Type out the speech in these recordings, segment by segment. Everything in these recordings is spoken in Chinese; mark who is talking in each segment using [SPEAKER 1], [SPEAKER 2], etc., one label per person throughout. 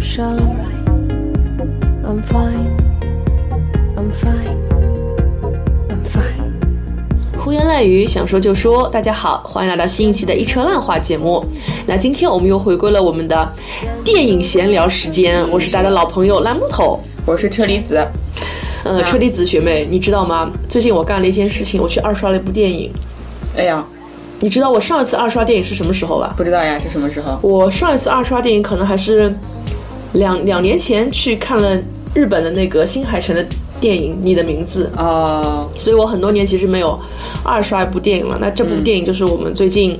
[SPEAKER 1] 上。I'm fine, I'm fine, I'm fine.
[SPEAKER 2] 胡言乱语，想说就说。大家好，欢迎来到新一期的《一车烂话》节目。那今天我们又回归了我们的电影闲聊时间，我是大家老朋友烂木头。
[SPEAKER 3] 我是车厘子，
[SPEAKER 2] 呃，车厘子学妹，你知道吗？最近我干了一件事情，我去二刷了一部电影。
[SPEAKER 3] 哎呀，
[SPEAKER 2] 你知道我上一次二刷电影是什么时候吧？
[SPEAKER 3] 不知道呀，是什么时候？
[SPEAKER 2] 我上一次二刷电影可能还是两两年前去看了日本的那个新海诚的电影《你的名字》，
[SPEAKER 3] 哦，
[SPEAKER 2] 所以我很多年其实没有二刷一部电影了。那这
[SPEAKER 3] 嗯
[SPEAKER 2] 部电影就是我们最近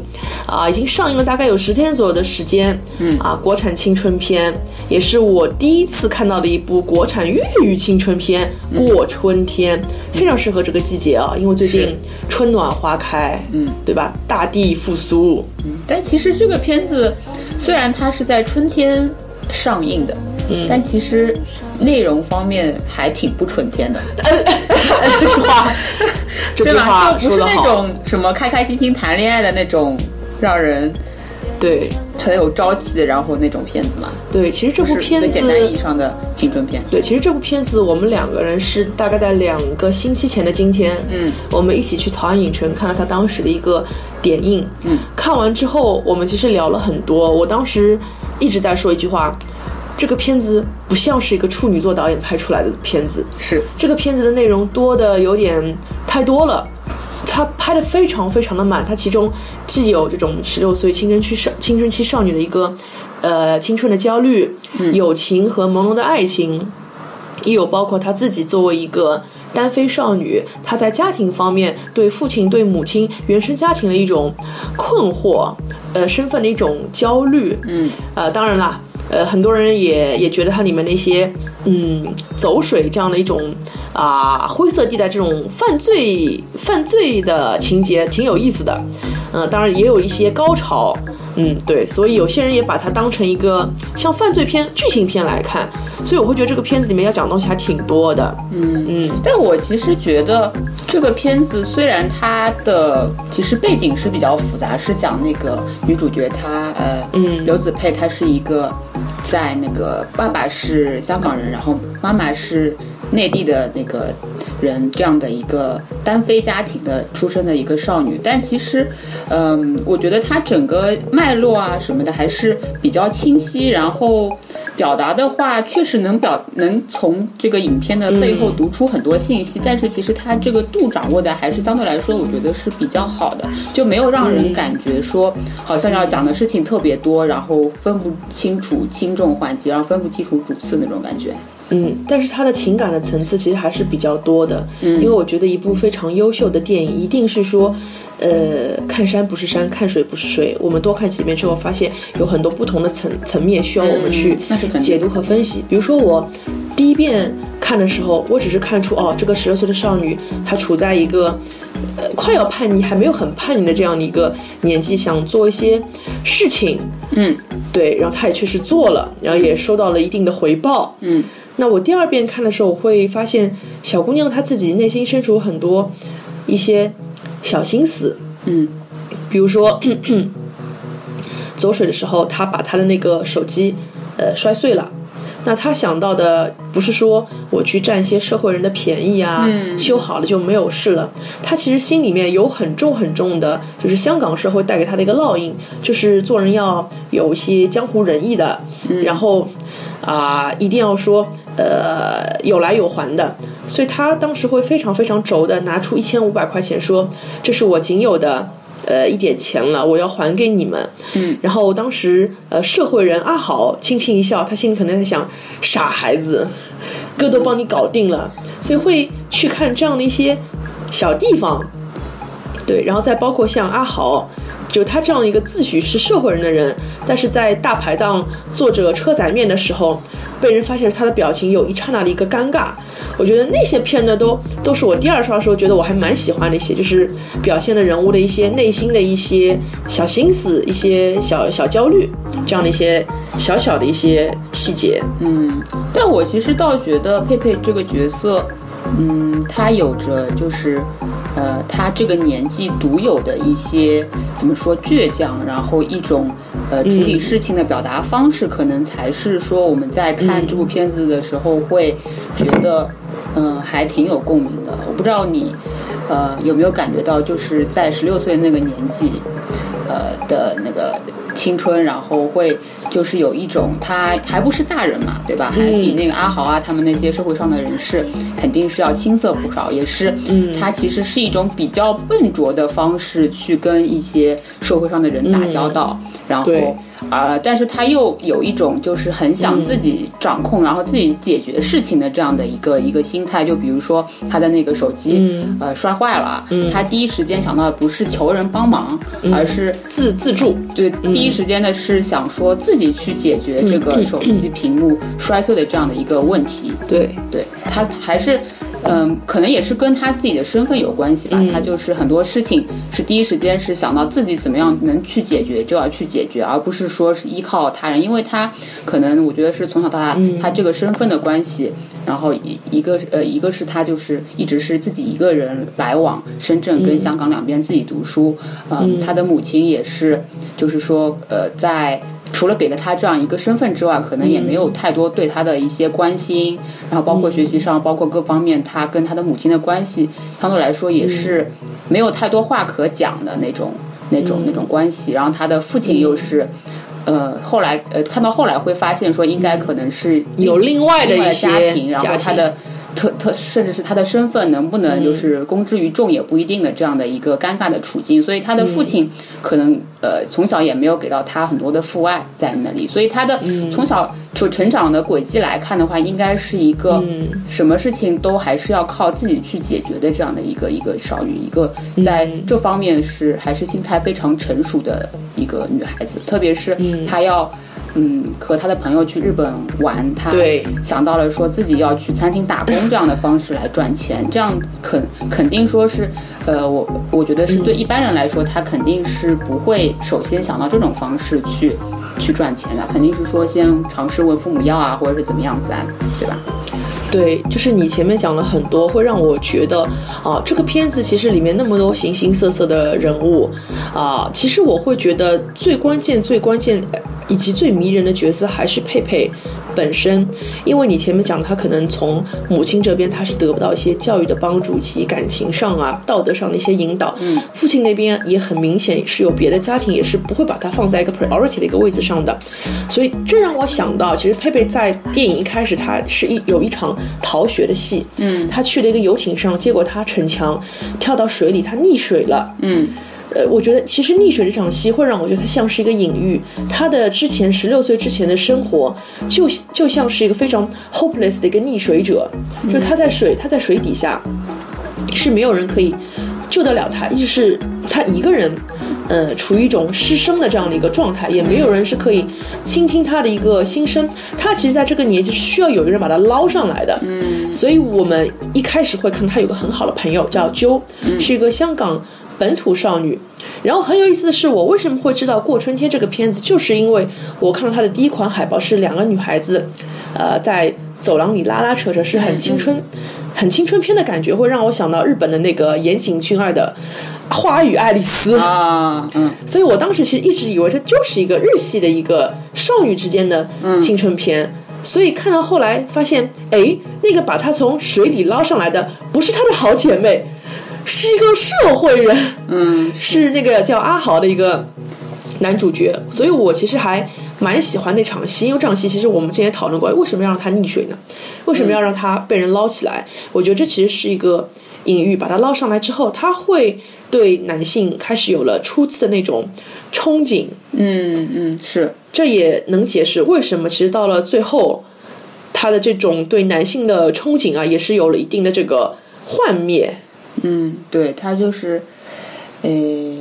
[SPEAKER 2] 啊、已经上映了大概有十天左右的时间，嗯啊，国产青春片，也是我第一次看到的一部国产粤语青春片《
[SPEAKER 3] 嗯
[SPEAKER 2] 过春天》，非常适合这个季节啊，因为最近
[SPEAKER 3] 是
[SPEAKER 2] 春暖花开，
[SPEAKER 3] 嗯，
[SPEAKER 2] 对吧？大地复苏，
[SPEAKER 3] 但其实这个片子虽然它是在春天上映的，嗯，但其实内容方面还挺不纯天的，
[SPEAKER 2] 这句话，这
[SPEAKER 3] 对
[SPEAKER 2] 句
[SPEAKER 3] 吧？
[SPEAKER 2] 话
[SPEAKER 3] 就不
[SPEAKER 2] 说
[SPEAKER 3] 是
[SPEAKER 2] 得
[SPEAKER 3] 那
[SPEAKER 2] 好，
[SPEAKER 3] 种什么开开心心谈恋爱的那种让人
[SPEAKER 2] 对
[SPEAKER 3] 很有朝气的，然后那种片子嘛，
[SPEAKER 2] 对，其实这部
[SPEAKER 3] 就是
[SPEAKER 2] 片
[SPEAKER 3] 最
[SPEAKER 2] 子
[SPEAKER 3] 简。单意义上的青春片。
[SPEAKER 2] 对，其实这部片子我们两个人是大概在两个星期前的今天，
[SPEAKER 3] 嗯，
[SPEAKER 2] 我们一起去曹安影城看了他当时的一个点映，
[SPEAKER 3] 嗯，
[SPEAKER 2] 看完之后我们其实聊了很多，我当时一直在说一句话，这个片子不像是一个处女座导演拍出来的片子，
[SPEAKER 3] 是，
[SPEAKER 2] 这个片子的内容多的有点太多了。他拍的非常非常的满，他其中既有这种十六岁青春期少青春期少女的一个，呃，青春的焦虑、友情和朦胧的爱情，也有包括她自己作为一个单飞少女，她在家庭方面对父亲、对母亲、原生家庭的一种困惑，呃，身份的一种焦虑。嗯，呃，当然啦，呃，很多人也也觉得它里面的一些嗯走水这样的一种啊、灰色地带这种犯罪犯罪的情节挺有意思的。嗯、当然也有一些高潮。嗯，对，所以有些人也把它当成一个像犯罪片、剧情片来看，所以我会觉得这个片子里面要讲的东西还挺多的。嗯嗯，
[SPEAKER 3] 但我其实觉得这个片子虽然它的其实背景是比较复杂，是讲那个女主角她呃，
[SPEAKER 2] 嗯
[SPEAKER 3] 刘子佩她是一个在那个爸爸是香港人，然后妈妈是内地的那个人这样的一个单非家庭的出身的一个少女，但其实嗯、我觉得她整个脉络啊什么的还是比较清晰，然后。表达的话，确实能表能从这个影片的背后读出很多信息，但是其实它这个度掌握的还是相对来说，我觉得是比较好的，就没有让人感觉说好像要讲的事情特别多，然后分不清楚轻重缓急，然后分不清楚主次那种感觉。
[SPEAKER 2] 嗯，但是他的情感的层次其实还是比较多的，
[SPEAKER 3] 嗯
[SPEAKER 2] 因为我觉得一部非常优秀的电影一定是说，呃，看山不是山，看水不是水，我们多看几遍之后，发现有很多不同的层层面需要我们去
[SPEAKER 3] 嗯那是肯定
[SPEAKER 2] 解读和分析。比如说我第一遍看的时候，我只是看出哦，这个十六岁的少女她处在一个呃快要叛逆，还没有很叛逆的这样的一个年纪，想做一些事情，
[SPEAKER 3] 嗯，
[SPEAKER 2] 对，然后她也确实做了，然后也收到了一定的回报，嗯。那我第二遍看的时候，我会发现小姑娘她自己内心深处有很多一些小心思，
[SPEAKER 3] 嗯，
[SPEAKER 2] 比如说走水的时候，她把她的那个手机呃摔碎了。那她想到的不是说我去占一些社会人的便宜啊，修好了就没有事了。她其实心里面有很重很重的，就是香港社会带给她的一个烙印，就是做人要有一些江湖仁义的，然后啊、一定要说呃有来有还的。所以他当时会非常非常轴的拿出一千五百块钱说：“这是我仅有的。”呃，一点钱了，我要还给你们。嗯，然后当时呃，社会人阿豪轻轻一笑，他心里可能在想，傻孩子，哥都帮你搞定了，所以会去看这样的一些小地方，对，然后再包括像阿豪，就他这样一个自诩是社会人的人，但是在大排档做着车载面的时候，被人发现他的表情有一刹那的一个尴尬。我觉得那些片段都都是我第二刷的时候觉得我还蛮喜欢的一些，就是表现了人物的一些内心的一些小心思、一些小小焦虑这样的一些小小的一些细节。
[SPEAKER 3] 但我其实倒觉得佩佩这个角色，嗯，她有着就是呃，他这个年纪独有的一些怎么说倔强，然后一种呃处理事情的表达方式，可能才是说我们在看这部片子的时候会觉得，嗯、还挺有共鸣的。我不知道你呃有没有感觉到，就是在十六岁那个年纪，呃的那个青春，然后会就是有一种他还不是大人嘛，对吧？还比那个阿豪啊他们那些社会上的人士肯定是要青涩不少，也是，嗯，他其实是一种比较笨拙的方式去跟一些社会上的人打交道，然后
[SPEAKER 2] 对
[SPEAKER 3] 呃，但是他又有一种就是很想自己掌控，然后自己解决事情的这样的一个一个心态。就比如说他的那个手机、呃摔坏了，他第一时间想到的不是求人帮忙，而是
[SPEAKER 2] 自自助，
[SPEAKER 3] 对，第一时间呢是想说自己去解决这个手机屏幕摔碎的这样的一个问题。
[SPEAKER 2] 对，
[SPEAKER 3] 对他还是，嗯，可能也是跟他自己的身份有关系吧。他就是很多事情是第一时间是想到自己怎么样能去解决就要去解决，而不是说是依靠他人，因为他可能我觉得是从小到大、他这个身份的关系，然后一一个呃一个是他就是一直是自己一个人来往深圳跟香港两边自己读书，嗯，他的母亲也是就是说呃在。除了给了他这样一个身份之外，可能也没有太多对他的一些关心，然后包括学习上，包括各方面，他跟他的母亲的关系，相对来说也是没有太多话可讲的那种、那种、那种关系。然后他的父亲又是，呃，后来呃，看到后来会发现说，应该可能是
[SPEAKER 2] 有另外的
[SPEAKER 3] 另外
[SPEAKER 2] 一
[SPEAKER 3] 的
[SPEAKER 2] 些
[SPEAKER 3] 家庭，然后
[SPEAKER 2] 家
[SPEAKER 3] 他
[SPEAKER 2] 庭
[SPEAKER 3] 的特特甚至是他的身份能不能就是
[SPEAKER 2] 嗯
[SPEAKER 3] 公之于众也不一定的这样的一个尴尬的处境，所以他的父
[SPEAKER 2] 嗯
[SPEAKER 3] 亲可能呃从小也没有给到他很多的父爱在那里，所以他的
[SPEAKER 2] 嗯
[SPEAKER 3] 从小就成长的轨迹来看的话，应该是一个
[SPEAKER 2] 嗯
[SPEAKER 3] 什么事情都还是要靠自己去解决的这样的一个一个少女，一个在这方面是还是心态非常成熟的一个女孩子，特别是她要。嗯，和她的朋友去日本玩，她
[SPEAKER 2] 对
[SPEAKER 3] 想到了说自己要去餐厅打工这样的方式来赚钱，这样肯肯定说是，呃，我我觉得是对一般人来说，他肯定是不会首先想到这种方式去去赚钱的，肯定是说先尝试问父母要啊，或者是怎么样子啊，对吧？
[SPEAKER 2] 对，就是你前面讲了很多，会让我觉得啊，这个片子其实里面那么多形形色色的人物啊，其实我会觉得最关键、最关键呃以及最迷人的角色还是佩佩本身，因为你前面讲她可能从母亲这边她是得不到一些教育的帮助以及感情上啊、道德上的一些引导，嗯，父亲那边也很明显是有别的家庭，也是不会把她放在一个 priority 的一个位置上的，所以这让我想到，其实佩佩在电影一开始，她是一有一场逃学的戏，嗯，她去了一个游艇上，结果她逞强，跳到水里，她溺水了，
[SPEAKER 3] 嗯，
[SPEAKER 2] 呃，我觉得其实溺水这场戏会让我觉得它像是一个隐喻，她的之前十六岁之前的生活就就像是一个非常 hopeless 的一个溺水者，就是她在水，她在水底下是没有人可以救得了她，一直是她一个人。呃，处于一种失声的这样的一个状态，也没有人是可以倾听她的一个心声。她其实在这个年纪是需要有一个人把她捞上来的。嗯，所以我们一开始会看她有个很好的朋友叫 Jo，、是一个香港本土少女。然后很有意思的是，我为什么会知道《过春天》这个片子，就是因为我看到它的第一款海报是两个女孩子，呃，在走廊里拉拉扯扯，是很青春、很青春片的感觉，会让我想到日本的那个岩井俊二的《花与爱丽丝》
[SPEAKER 3] 啊，嗯，
[SPEAKER 2] 所以我当时其实一直以为这就是一个日系的一个少女之间的青春片。所以看到后来发现，哎，那个把她从水里捞上来的不是她的好姐妹，是一个社会人，嗯，是那个叫阿豪的一个男主角。所以我其实还蛮喜欢那场戏，因为这场戏其实我们之前也讨论过，哎为什么要让他溺水呢？为什么要让他被人捞起来？我觉得这其实是一个隐喻，把他捞上来之后，他会对男性开始有了初次的那种憧憬。
[SPEAKER 3] 嗯嗯，是，
[SPEAKER 2] 这也能解释为什么其实到了最后，他的这种对男性的憧憬啊，也是有了一定的这个幻灭。
[SPEAKER 3] 嗯，对他就是，呃，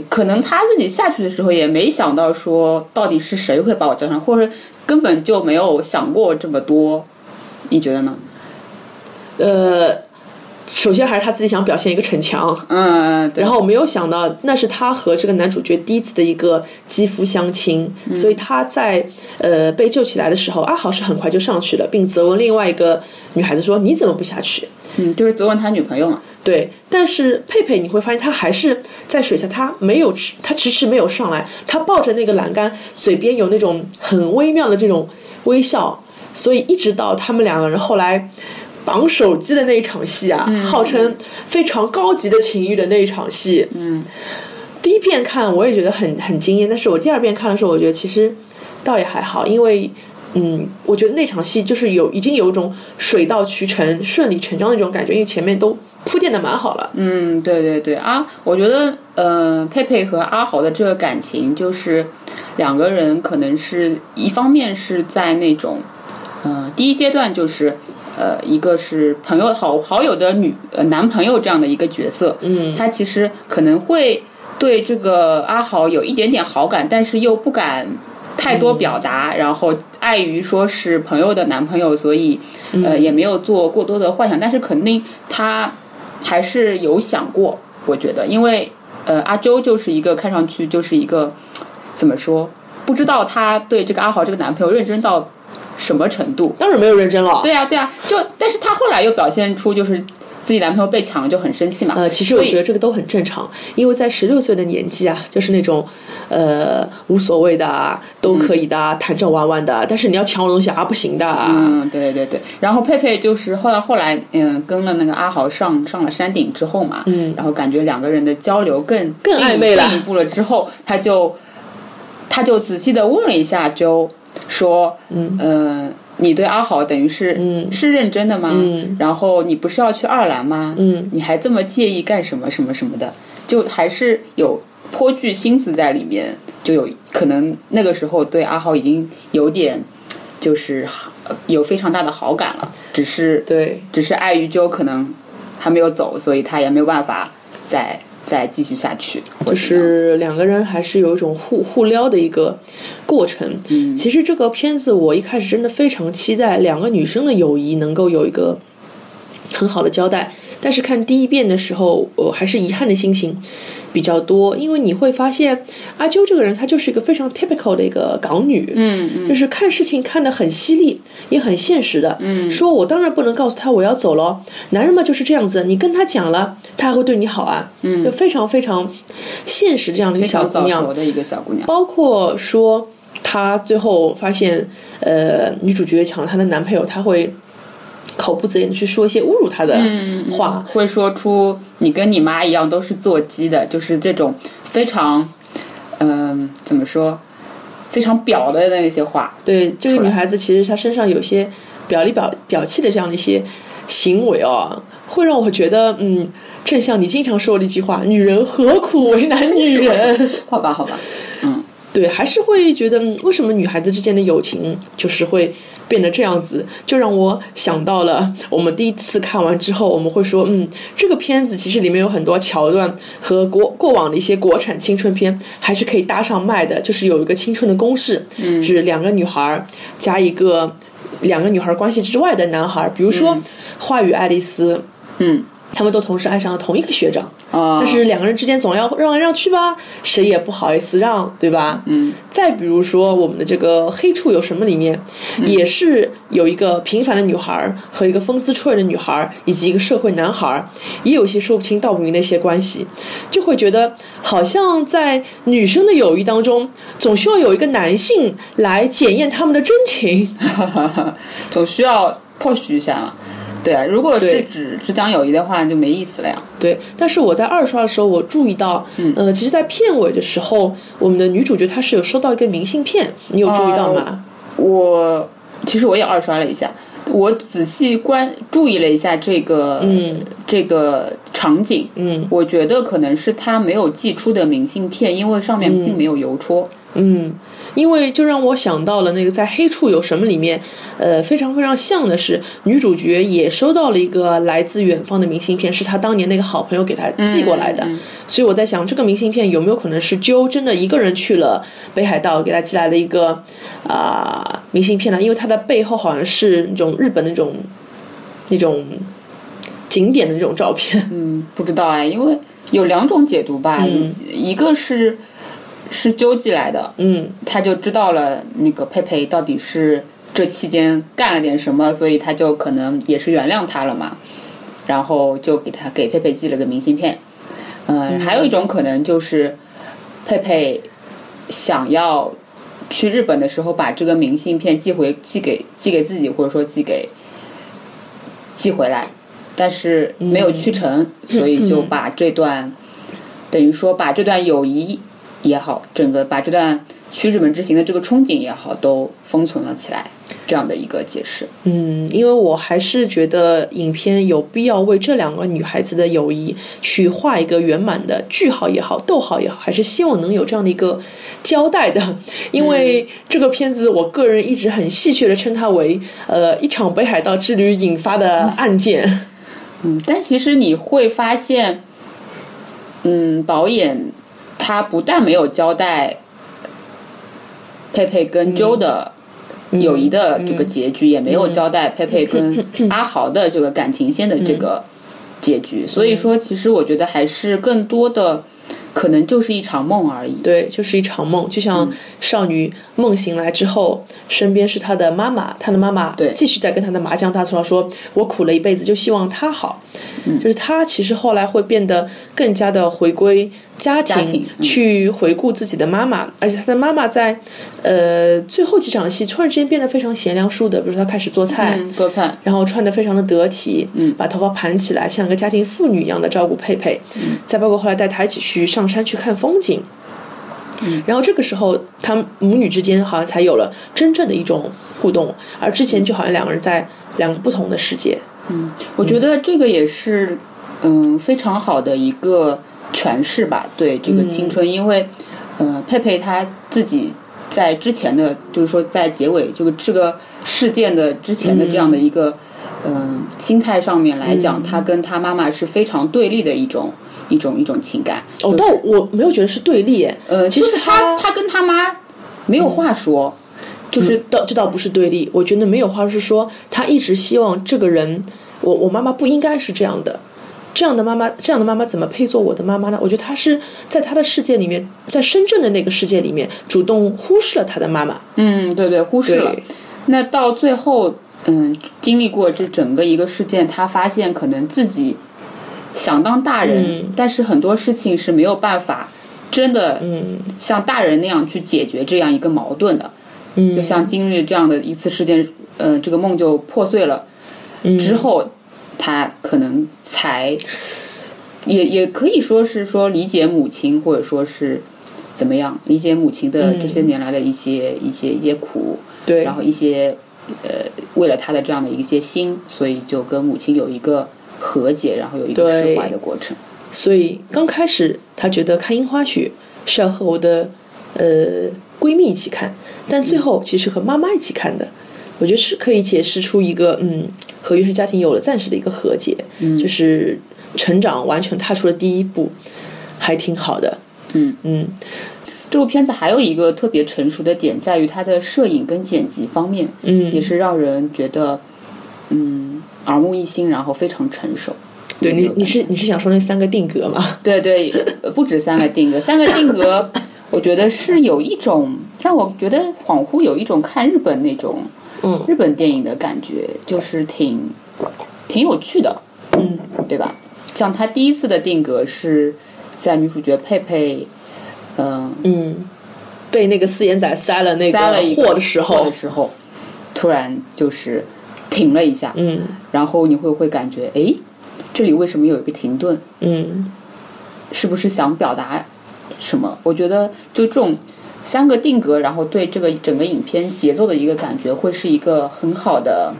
[SPEAKER 3] 可能他自己下去的时候也没想到说到底是谁会把我叫上，或者根本就没有想过这么多，你觉得呢？
[SPEAKER 2] 呃，首先还是他自己想表现一个逞强，
[SPEAKER 3] 嗯，对
[SPEAKER 2] 然后没有想到那是他和这个男主角第一次的一个肌肤相亲，所以他在呃被救起来的时候，阿豪是很快就上去了，并责问另外一个女孩子说：“你怎么不下去？”
[SPEAKER 3] 嗯，就是责问他女朋友嘛。
[SPEAKER 2] 对，但是佩佩你会发现，他还是在水下，他没有迟，他迟迟没有上来，他抱着那个栏杆，嘴边有那种很微妙的这种微笑，所以一直到他们两个人后来绑手机的那一场戏啊，号称非常高级的情欲的那一场戏，嗯，第一遍看我也觉得很很惊艳，但是我第二遍看的时候，我觉得其实倒也还好，因为。嗯，我觉得那场戏就是有已经有一种水到渠成、顺理成章的一种感觉，因为前面都铺垫的蛮好了。
[SPEAKER 3] 嗯，对对对啊，我觉得呃，佩佩和阿豪的这个感情就是两个人可能是一方面是在那种呃第一阶段就是呃一个是朋友好好友的女呃男朋友这样的一个角色，嗯，他其实可能会对这个阿豪有一点点好感，但是又不敢。太多表达，然后碍于说是朋友的男朋友，所以呃也没有做过多的幻想，但是肯定他还是有想过，我觉得，因为呃阿周就是一个看上去就是一个怎么说，不知道他对这个阿豪这个男朋友认真到什么程度。
[SPEAKER 2] 当然没有认真了。
[SPEAKER 3] 对啊，对啊，就但是他后来又表现出就是自己男朋友被抢了就很生气嘛。
[SPEAKER 2] 呃，其实我觉得这个都很正常，因为在十六岁的年纪啊，就是那种呃无所谓的啊，都可以的啊，谈着玩玩的啊，但是你要抢我东西啊，不行的啊。
[SPEAKER 3] 嗯，对对对。然后佩佩就是后来后来，嗯，跟了那个阿豪上上了山顶之后嘛，嗯，然后感觉两个人的交流更
[SPEAKER 2] 更暧昧了
[SPEAKER 3] 进一步了之后，他就他就仔细的问了一下周，说，嗯，呃，你对阿豪等于是、
[SPEAKER 2] 嗯
[SPEAKER 3] 是认真的吗？
[SPEAKER 2] 嗯
[SPEAKER 3] 然后你不是要去爱尔兰吗？
[SPEAKER 2] 嗯，
[SPEAKER 3] 你还这么介意干什么什么什么的，就还是有颇具心思在里面，就有可能那个时候对阿豪已经有点就是呃有非常大的好感了，只是
[SPEAKER 2] 对，
[SPEAKER 3] 只是碍于就可能还没有走，所以他也没有办法再再继续下去，
[SPEAKER 2] 就
[SPEAKER 3] 或者怎么样子
[SPEAKER 2] 是两个人还是有一种互互撩的一个过程。嗯，其实这个片子我一开始真的非常期待两个女生的友谊能够有一个很好的交代，但是看第一遍的时候，我还是遗憾的心情比较多，因为你会发现阿啾这个人，她就是一个非常 typical 的一个港女。嗯
[SPEAKER 3] 嗯嗯
[SPEAKER 2] 就是看事情看得很犀利，也很现实的。嗯，说我当然不能告诉他我要走了，男人嘛就是这样子，你跟他讲了，他还会对你好啊。嗯，就非常非常现实这样的一个
[SPEAKER 3] 非
[SPEAKER 2] 小
[SPEAKER 3] 常
[SPEAKER 2] 姑
[SPEAKER 3] 早
[SPEAKER 2] 娘
[SPEAKER 3] 熟，的一个小姑娘，
[SPEAKER 2] 包括说她最后发现，呃，女主角抢了她的男朋友，她会口不择言的去说一些侮辱她
[SPEAKER 3] 嗯
[SPEAKER 2] 的话。
[SPEAKER 3] 会说出你跟你妈一样都是做鸡的，就是这种非常嗯、怎么说非常表的那些话，
[SPEAKER 2] 对，这个
[SPEAKER 3] 出
[SPEAKER 2] 女
[SPEAKER 3] 来
[SPEAKER 2] 孩子其实她身上有一些表里表表气的这样的一些行为哦，会让我觉得，嗯，正像你经常说的一句话，女人何苦为难女人？
[SPEAKER 3] 好吧好吧，嗯。
[SPEAKER 2] 对，还是会觉得，嗯为什么女孩子之间的友情就是会变得这样子？就让我想到了我们第一次看完之后，我们会说，嗯，这个片子其实里面有很多桥段和国过往的一些国产青春片还是可以搭上麦的，就是有一个青春的公式，嗯、是两个女孩儿加一个两个女孩儿关系之外的男孩儿，比如说《花与爱丽丝》，
[SPEAKER 3] 嗯，
[SPEAKER 2] 他们都同时爱上了同一个学长。
[SPEAKER 3] 啊，
[SPEAKER 2] 但是两个人之间总要让来让去吧，谁也不好意思让，对吧？嗯。再比如说我们的这个《黑处有什么》里面，也是有一个平凡的女孩儿和一个风姿绰约的女孩儿，以及一个社会男孩儿，也有一些说不清道不明的一些关系，就会觉得好像在女生的友谊当中，总需要有一个男性来检验他们的真情。
[SPEAKER 3] 总需要 push 一下嘛。对啊，如果
[SPEAKER 2] 对
[SPEAKER 3] 是只只讲友谊的话，就没意思了呀。
[SPEAKER 2] 对，但是我在二刷的时候，我注意到，嗯、呃，其实，在片尾的时候，我们的女主角她是有收到一个明信片，你有注意到吗？
[SPEAKER 3] 我其实我也二刷了一下，我仔细关注意了一下这个、
[SPEAKER 2] 嗯
[SPEAKER 3] 这个场景，
[SPEAKER 2] 嗯
[SPEAKER 3] 我觉得可能是他没有寄出的明信片，因为上面并没有邮戳。
[SPEAKER 2] 嗯，因为就让我想到了那个在《黑处有什么》里面，呃，非常非常像的是，女主角也收到了一个来自远方的明信片，是她当年那个好朋友给她寄过来的。
[SPEAKER 3] 嗯嗯
[SPEAKER 2] 所以我在想，这个明信片有没有可能是啾真的一个人去了北海道，给她寄来了一个啊、明信片呢？因为它的背后好像是那种日本的那种那种景点的那种照片。
[SPEAKER 3] 嗯，不知道哎，因为有两种解读吧，一个是是纠寄来的，
[SPEAKER 2] 嗯，
[SPEAKER 3] 他就知道了那个佩佩到底是这期间干了点什么，所以他就可能也是原谅他了嘛。然后就给他给佩佩寄了个明信片。嗯，还有一种可能就是佩佩想要去日本的时候，把这个明信片寄回寄给寄给自己，或者说寄给寄回来，但是没有去成，所以就把这段、等于说把这段友谊也好，整个把这段去日本之行的这个憧憬也好，都封存了起来，这样的一个解释。
[SPEAKER 2] 嗯，因为我还是觉得影片有必要为这两个女孩子的友谊去画一个圆满的句号也好，逗号也好，还是希望能有这样的一个交代的。因为这个片子，我个人一直很戏谑的称它为呃一场北海道之旅引发的案件。
[SPEAKER 3] 嗯，但其实你会发现，嗯，导演他不但没有交代佩佩跟周的友谊的这个结局，也没有交代佩佩跟阿豪的这个感情线的这个结局，所以说，其实我觉得还是更多的可能就是一场梦而已。
[SPEAKER 2] 对，就是一场梦，就
[SPEAKER 3] 嗯
[SPEAKER 2] 像少女梦醒来之后，身边是她的妈妈，她的妈妈
[SPEAKER 3] 对
[SPEAKER 2] 继续在跟她的麻将大叔说：“我苦了一辈子，就希望她好。”
[SPEAKER 3] 嗯
[SPEAKER 2] 就是她其实后来会变得更加的回归家庭，
[SPEAKER 3] 家庭嗯
[SPEAKER 2] 去回顾自己的妈妈，而且她的妈妈在呃最后几场戏突然之间变得非常贤良淑德，比如说她开始做菜，
[SPEAKER 3] 嗯，做菜，
[SPEAKER 2] 然后穿得非常的得体，嗯，把头发盘起来，像个家庭妇女一样的照顾佩佩，嗯，再包括后来带她一起去上山去看风景，嗯，然后这个时候他们母女之间好像才有了真正的一种互动，而之前就好像两个人在两个不同的世界，
[SPEAKER 3] 嗯我觉得这个也是，嗯，非常好的一个诠释吧，对这个青春，因为，呃，佩佩她自己在之前的，就是说在结尾这个这个事件的之前的这样的一个，嗯、心态上面来讲，她跟她妈妈是非常对立的一种一种一种情感。
[SPEAKER 2] 哦，
[SPEAKER 3] 就是
[SPEAKER 2] 但我没有觉得是对立，哎，
[SPEAKER 3] 呃，
[SPEAKER 2] 其
[SPEAKER 3] 就
[SPEAKER 2] 实
[SPEAKER 3] 是
[SPEAKER 2] 她
[SPEAKER 3] 她她跟她妈没有话说，就是
[SPEAKER 2] 这倒这倒不是对立，我觉得没有话是说，他一直希望这个人，我我妈妈不应该是这样的，这样的妈妈，这样的妈妈怎么配做我的妈妈呢？我觉得他是在他的世界里面，在深圳的那个世界里面，主动忽视了他的妈妈。
[SPEAKER 3] 嗯，对对，忽视了。
[SPEAKER 2] 对
[SPEAKER 3] 那到最后，嗯，经历过这整个一个事件，他发现可能自己想当大人，但是很多事情是没有办法真的像大人那样去解决这样一个矛盾的。嗯，就像经历这样的一次事件，呃，这个梦就破碎了。之后，他可能才也也可以说是说理解母亲，或者说是怎么样理解母亲的这些年来的一些、一些一些苦，
[SPEAKER 2] 对，
[SPEAKER 3] 然后一些呃为了他的这样的一些心，所以就跟母亲有一个和解，然后有一个
[SPEAKER 2] 对
[SPEAKER 3] 释怀的过程。
[SPEAKER 2] 所以刚开始她觉得看樱花雪是要和我的呃闺蜜一起看，但最后其实和妈妈一起看的。我觉得是可以解释出一个嗯和原生家庭有了暂时的一个和解，
[SPEAKER 3] 嗯
[SPEAKER 2] 就是成长完全踏出了第一步，还挺好的。
[SPEAKER 3] 嗯
[SPEAKER 2] 嗯，
[SPEAKER 3] 这部片子还有一个特别成熟的点，在于它的摄影跟剪辑方面，
[SPEAKER 2] 嗯
[SPEAKER 3] 也是让人觉得嗯耳目一新，然后非常成熟。
[SPEAKER 2] 对你
[SPEAKER 3] 有
[SPEAKER 2] 你是你是想说那三个定格吗？
[SPEAKER 3] 对对，呃不止三个定格，三个定格，我觉得是有一种让我觉得恍惚有一种看日本那种，
[SPEAKER 2] 嗯
[SPEAKER 3] 日本电影的感觉，就是挺挺有趣的，
[SPEAKER 2] 嗯，
[SPEAKER 3] 对吧？像他第一次的定格是在女主角佩佩，嗯、
[SPEAKER 2] 嗯，被那个四眼仔塞了那个
[SPEAKER 3] 塞了一个
[SPEAKER 2] 货的时
[SPEAKER 3] 货
[SPEAKER 2] 候
[SPEAKER 3] 的，时候，突然就是停了一下，
[SPEAKER 2] 嗯
[SPEAKER 3] 然后你会会感觉，诶，这里为什么有一个停顿？
[SPEAKER 2] 嗯
[SPEAKER 3] 是不是想表达什么？我觉得就这种三个定格，然后对这个整个影片节奏的一个感觉，会是一个很好的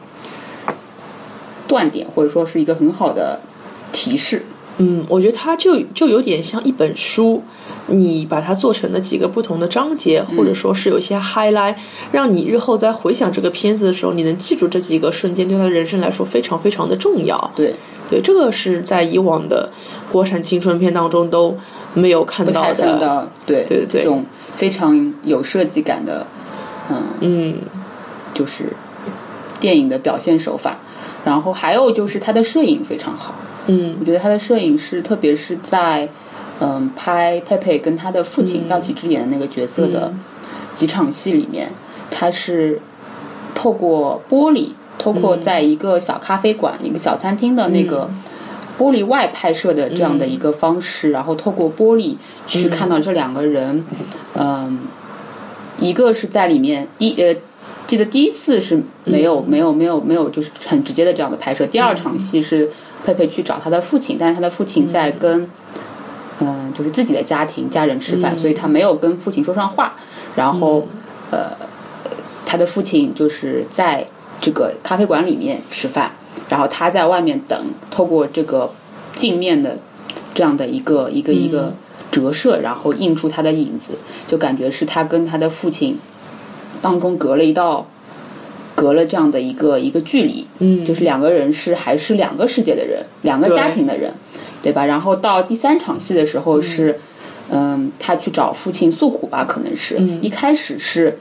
[SPEAKER 3] 断点，或者说是一个很好的提示。
[SPEAKER 2] 嗯，我觉得它就就有点像一本书，你把它做成了几个不同的章节，或
[SPEAKER 3] 嗯
[SPEAKER 2] 者说是有一些 highlight，让你日后在回想这个片子的时候，你能记住这几个瞬间，对他的人生来说非常非常的重要。
[SPEAKER 3] 对，
[SPEAKER 2] 对，这个是在以往的国产青春片当中都没有看
[SPEAKER 3] 不
[SPEAKER 2] 到
[SPEAKER 3] 太看
[SPEAKER 2] 的。
[SPEAKER 3] 到对
[SPEAKER 2] 对对对
[SPEAKER 3] 这种非常有设计感的，嗯，
[SPEAKER 2] 嗯
[SPEAKER 3] 就是电影的表现手法。然后还有就是它的摄影非常好，
[SPEAKER 2] 嗯
[SPEAKER 3] 我觉得他的摄影师，特别是在嗯拍佩佩跟他的父亲
[SPEAKER 2] 嗯
[SPEAKER 3] 廖启智演的那个角色的几场戏里面，他是透过玻璃，透过在一个小咖啡馆、一个小餐厅的那个玻璃外拍摄的这样的一个方式，然后透过玻璃去看到这两个人，嗯、一个是在里面第呃。记得第一次是没有、没有没有没有，就是很直接的这样的拍摄。第二场戏是佩佩去找他的父亲，但是他的父亲在跟嗯、呃就是自己的家庭家人吃饭，所以他没有跟父亲说上话。然后、他的父亲就是在这个咖啡馆里面吃饭，然后他在外面等，透过这个镜面的这样的一个一个一个折射，然后映出他的影子，就感觉是他跟他的父亲当中隔了一道。隔了这样的一个一个距离，嗯，就是两个人是还是两个世界的人，两个家庭的人，对吧？然后到第三场戏的时候是，嗯，他去找父亲诉苦吧，可能是、一开始是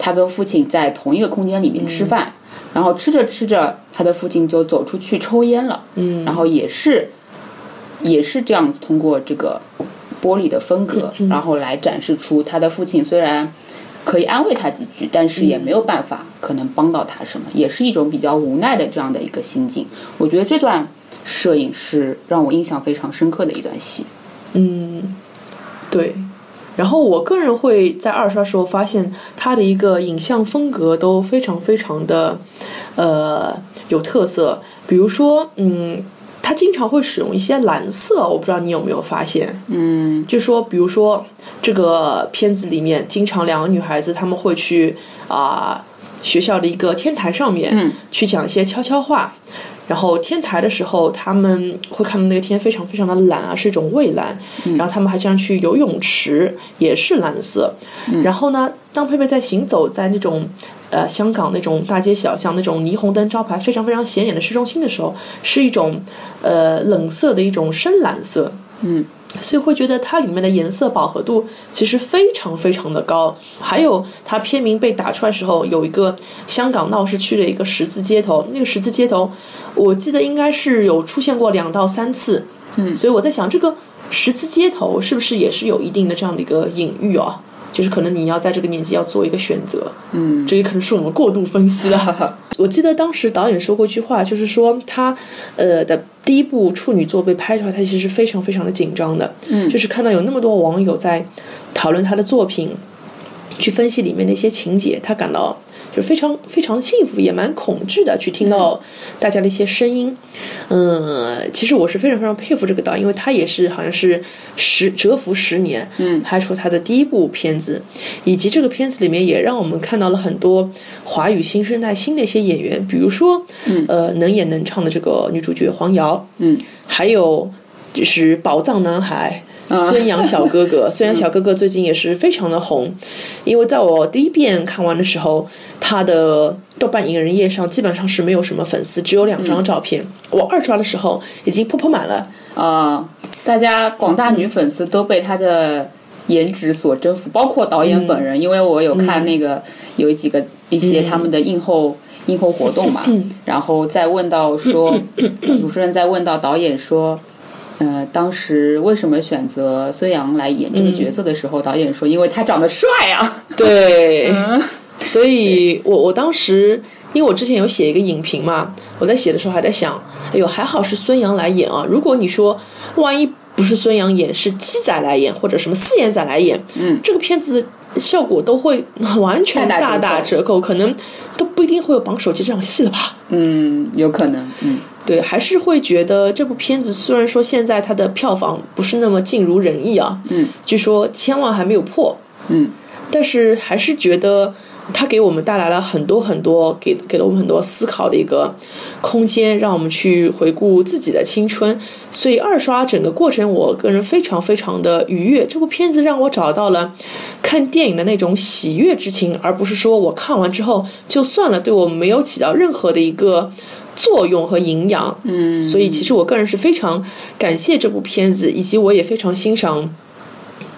[SPEAKER 3] 他跟父亲在同一个空间里面吃饭，然后吃着吃着，他的父亲就走出去抽烟了，嗯，然后也是也是这样子通过这个玻璃的分隔，然后来展示出他的父亲虽然可以安慰他几句，但是也没有办法可能帮到他什么，也是一种比较无奈的这样的一个心境。我觉得这段摄影是让我印象非常深刻的一段戏。
[SPEAKER 2] 嗯对。然后我个人会在二刷时候发现它的一个影像风格都非常非常的，呃，有特色。比如说，嗯，它经常会使用一些蓝色，我不知道你有没有发现。
[SPEAKER 3] 嗯，
[SPEAKER 2] 就说，比如说这个片子里面，经常两个女孩子她们会去啊、学校的一个天台上面，
[SPEAKER 3] 嗯
[SPEAKER 2] 去讲一些悄悄话。然后天台的时候，他们会看到那个天非常非常的蓝啊，是一种蔚蓝。
[SPEAKER 3] 嗯
[SPEAKER 2] 然后他们还经常去游泳池，也是蓝色。然后呢，当佩佩在行走在那种呃香港那种大街小巷，那种霓虹灯招牌非常非常显眼的市中心的时候，是一种呃冷色的一种深蓝色。
[SPEAKER 3] 嗯，
[SPEAKER 2] 所以会觉得它里面的颜色饱和度其实非常非常的高。还有它片名被打出来时候，有一个香港闹市区的一个十字街头，那个十字街头，我记得应该是有出现过两到三次。嗯，所以我在想，这个十字街头是不是也是有一定的这样的一个隐喻啊？就是可能你要在这个年纪要做一个选择，嗯，这也可能是我们过度分析了。我记得当时导演说过一句话，就是说他呃的第一部处女作被拍出来，他其实是非常非常的紧张的，嗯，就是看到有那么多网友在讨论他的作品，去分析里面的一些情节，他感到就非常非常幸福，也蛮恐惧的，去听到大家的一些声音。嗯，其实我是非常非常佩服这个导演，因为他也是好像是十蛰伏十年，嗯，拍出他的第一部片子，以及这个片子里面也让我们看到了很多华语新生代新的一些演员，比如说，嗯，呃，能演能唱的这个女主角黄瑶，
[SPEAKER 3] 嗯，
[SPEAKER 2] 还有就是宝藏男孩。孙杨小哥哥，孙杨小哥哥最近也是非常的红，因为在我第一遍看完的时候，他的豆瓣影人页上基本上是没有什么粉丝，只有两张照片。我二刷的时候已经破破满了，
[SPEAKER 3] 啊、大家广大女粉丝都被她的颜值所征服，包括导演本人，因为我有看那个、有几个一些他们的映后。映后活动嘛，然后再问到说，主持人在问到导演说，呃，当时为什么选择孙杨来演这个角色的时候，导演说，因为他长得帅啊。
[SPEAKER 2] 对，所以我我当时，因为我之前有写一个影评嘛，我在写的时候还在想，哎呦，还好是孙杨来演啊。如果你说万一不是孙杨演，是七仔来演或者什么四眼仔来演，嗯，这个片子效果都会完全
[SPEAKER 3] 大打折
[SPEAKER 2] 大
[SPEAKER 3] 扣
[SPEAKER 2] 打折扣，可能都不一定会有绑手机这场戏了吧。
[SPEAKER 3] 嗯，有可能，嗯，
[SPEAKER 2] 对，还是会觉得这部片子虽然说现在它的票房不是那么尽如人意啊，
[SPEAKER 3] 嗯，
[SPEAKER 2] 据说千万还没有破，
[SPEAKER 3] 嗯，
[SPEAKER 2] 但是还是觉得它给我们带来了很多很多，给给了我们很多思考的一个空间，让我们去回顾自己的青春。所以二刷整个过程，我个人非常非常的愉悦。这部片子让我找到了看电影的那种喜悦之情，而不是说我看完之后就算了，对我没有起到任何的一个。作用和营养，嗯，所以其实我个人是非常感谢这部片子，以及我也非常欣赏，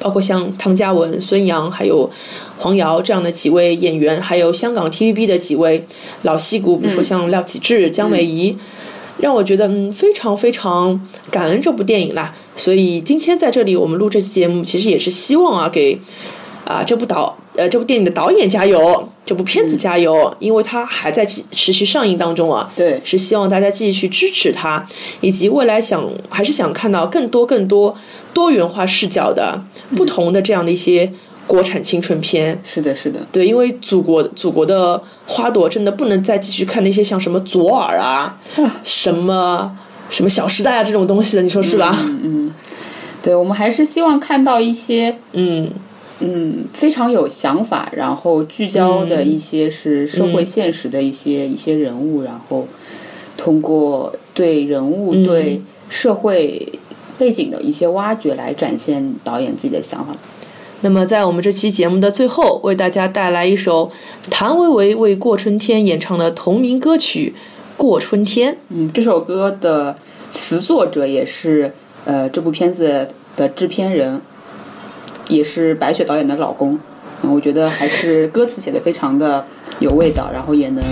[SPEAKER 2] 包括像汤嘉文、孙杨还有黄瑶这样的几位演员，还有香港 TVB 的几位老戏骨，比如说像廖启智、江美仪，让我觉得嗯非常非常感恩这部电影啦。所以今天在这里我们录这期节目，其实也是希望啊给。啊、这部导呃这部电影的导演加油，这部片子加油，因为它还在继持续上映当中啊。
[SPEAKER 3] 对
[SPEAKER 2] 是希望大家继续去支持它，以及未来想还是想看到更多更多多元化视角的不同的这样的一些国产青春片。
[SPEAKER 3] 是的，是的，
[SPEAKER 2] 对，因为祖国祖国的花朵真的不能再继续看那些像什么左耳啊、什么什么小时代啊这种东西了，你说是吧？
[SPEAKER 3] 嗯对我们还是希望看到一些
[SPEAKER 2] 嗯，
[SPEAKER 3] 嗯非常有想法，然后聚焦的一些是社会现实的一些、一些人物，然后通过对人物、对社会背景的一些挖掘来展现导演自己的想法。
[SPEAKER 2] 那么在我们这期节目的最后，为大家带来一首谭维维为《过春天》演唱的同名歌曲《过春天》。
[SPEAKER 3] 嗯，这首歌的词作者也是呃这部片子的制片人，也是白雪导演的老公。嗯，我觉得还是歌词写的非常的有味道，然后也能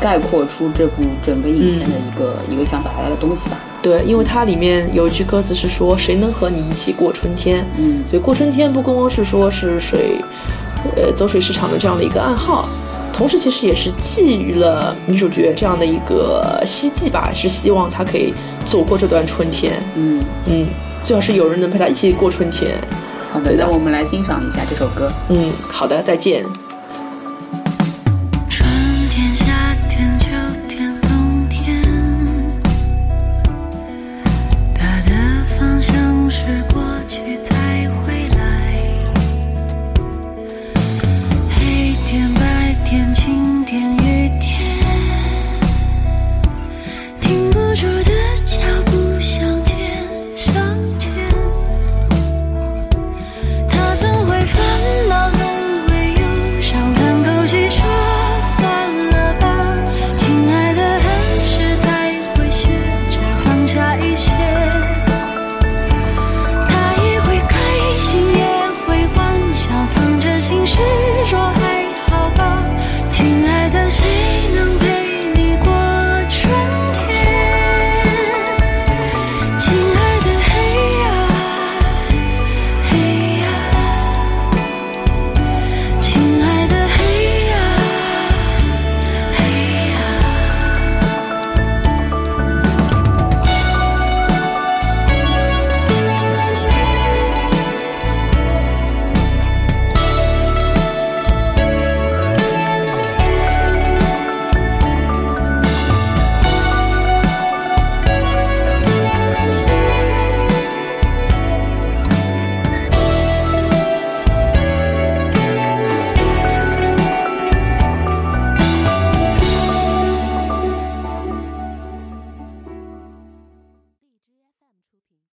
[SPEAKER 3] 概括出这部整个影片的一个、一个想表达的东西吧。
[SPEAKER 2] 对，因为它里面有一句歌词是说“谁能和你一起过春天”，
[SPEAKER 3] 嗯
[SPEAKER 2] 所以过春天不光光是说是水，呃，走水市场的这样的一个暗号，同时其实也是寄予了女主角这样的一个希冀吧，是希望她可以走过这段春天，
[SPEAKER 3] 嗯，
[SPEAKER 2] 嗯，最好是有人能陪她一起过春天，
[SPEAKER 3] 好的，那我们来欣赏一下这首歌。
[SPEAKER 2] 嗯，好的，再见。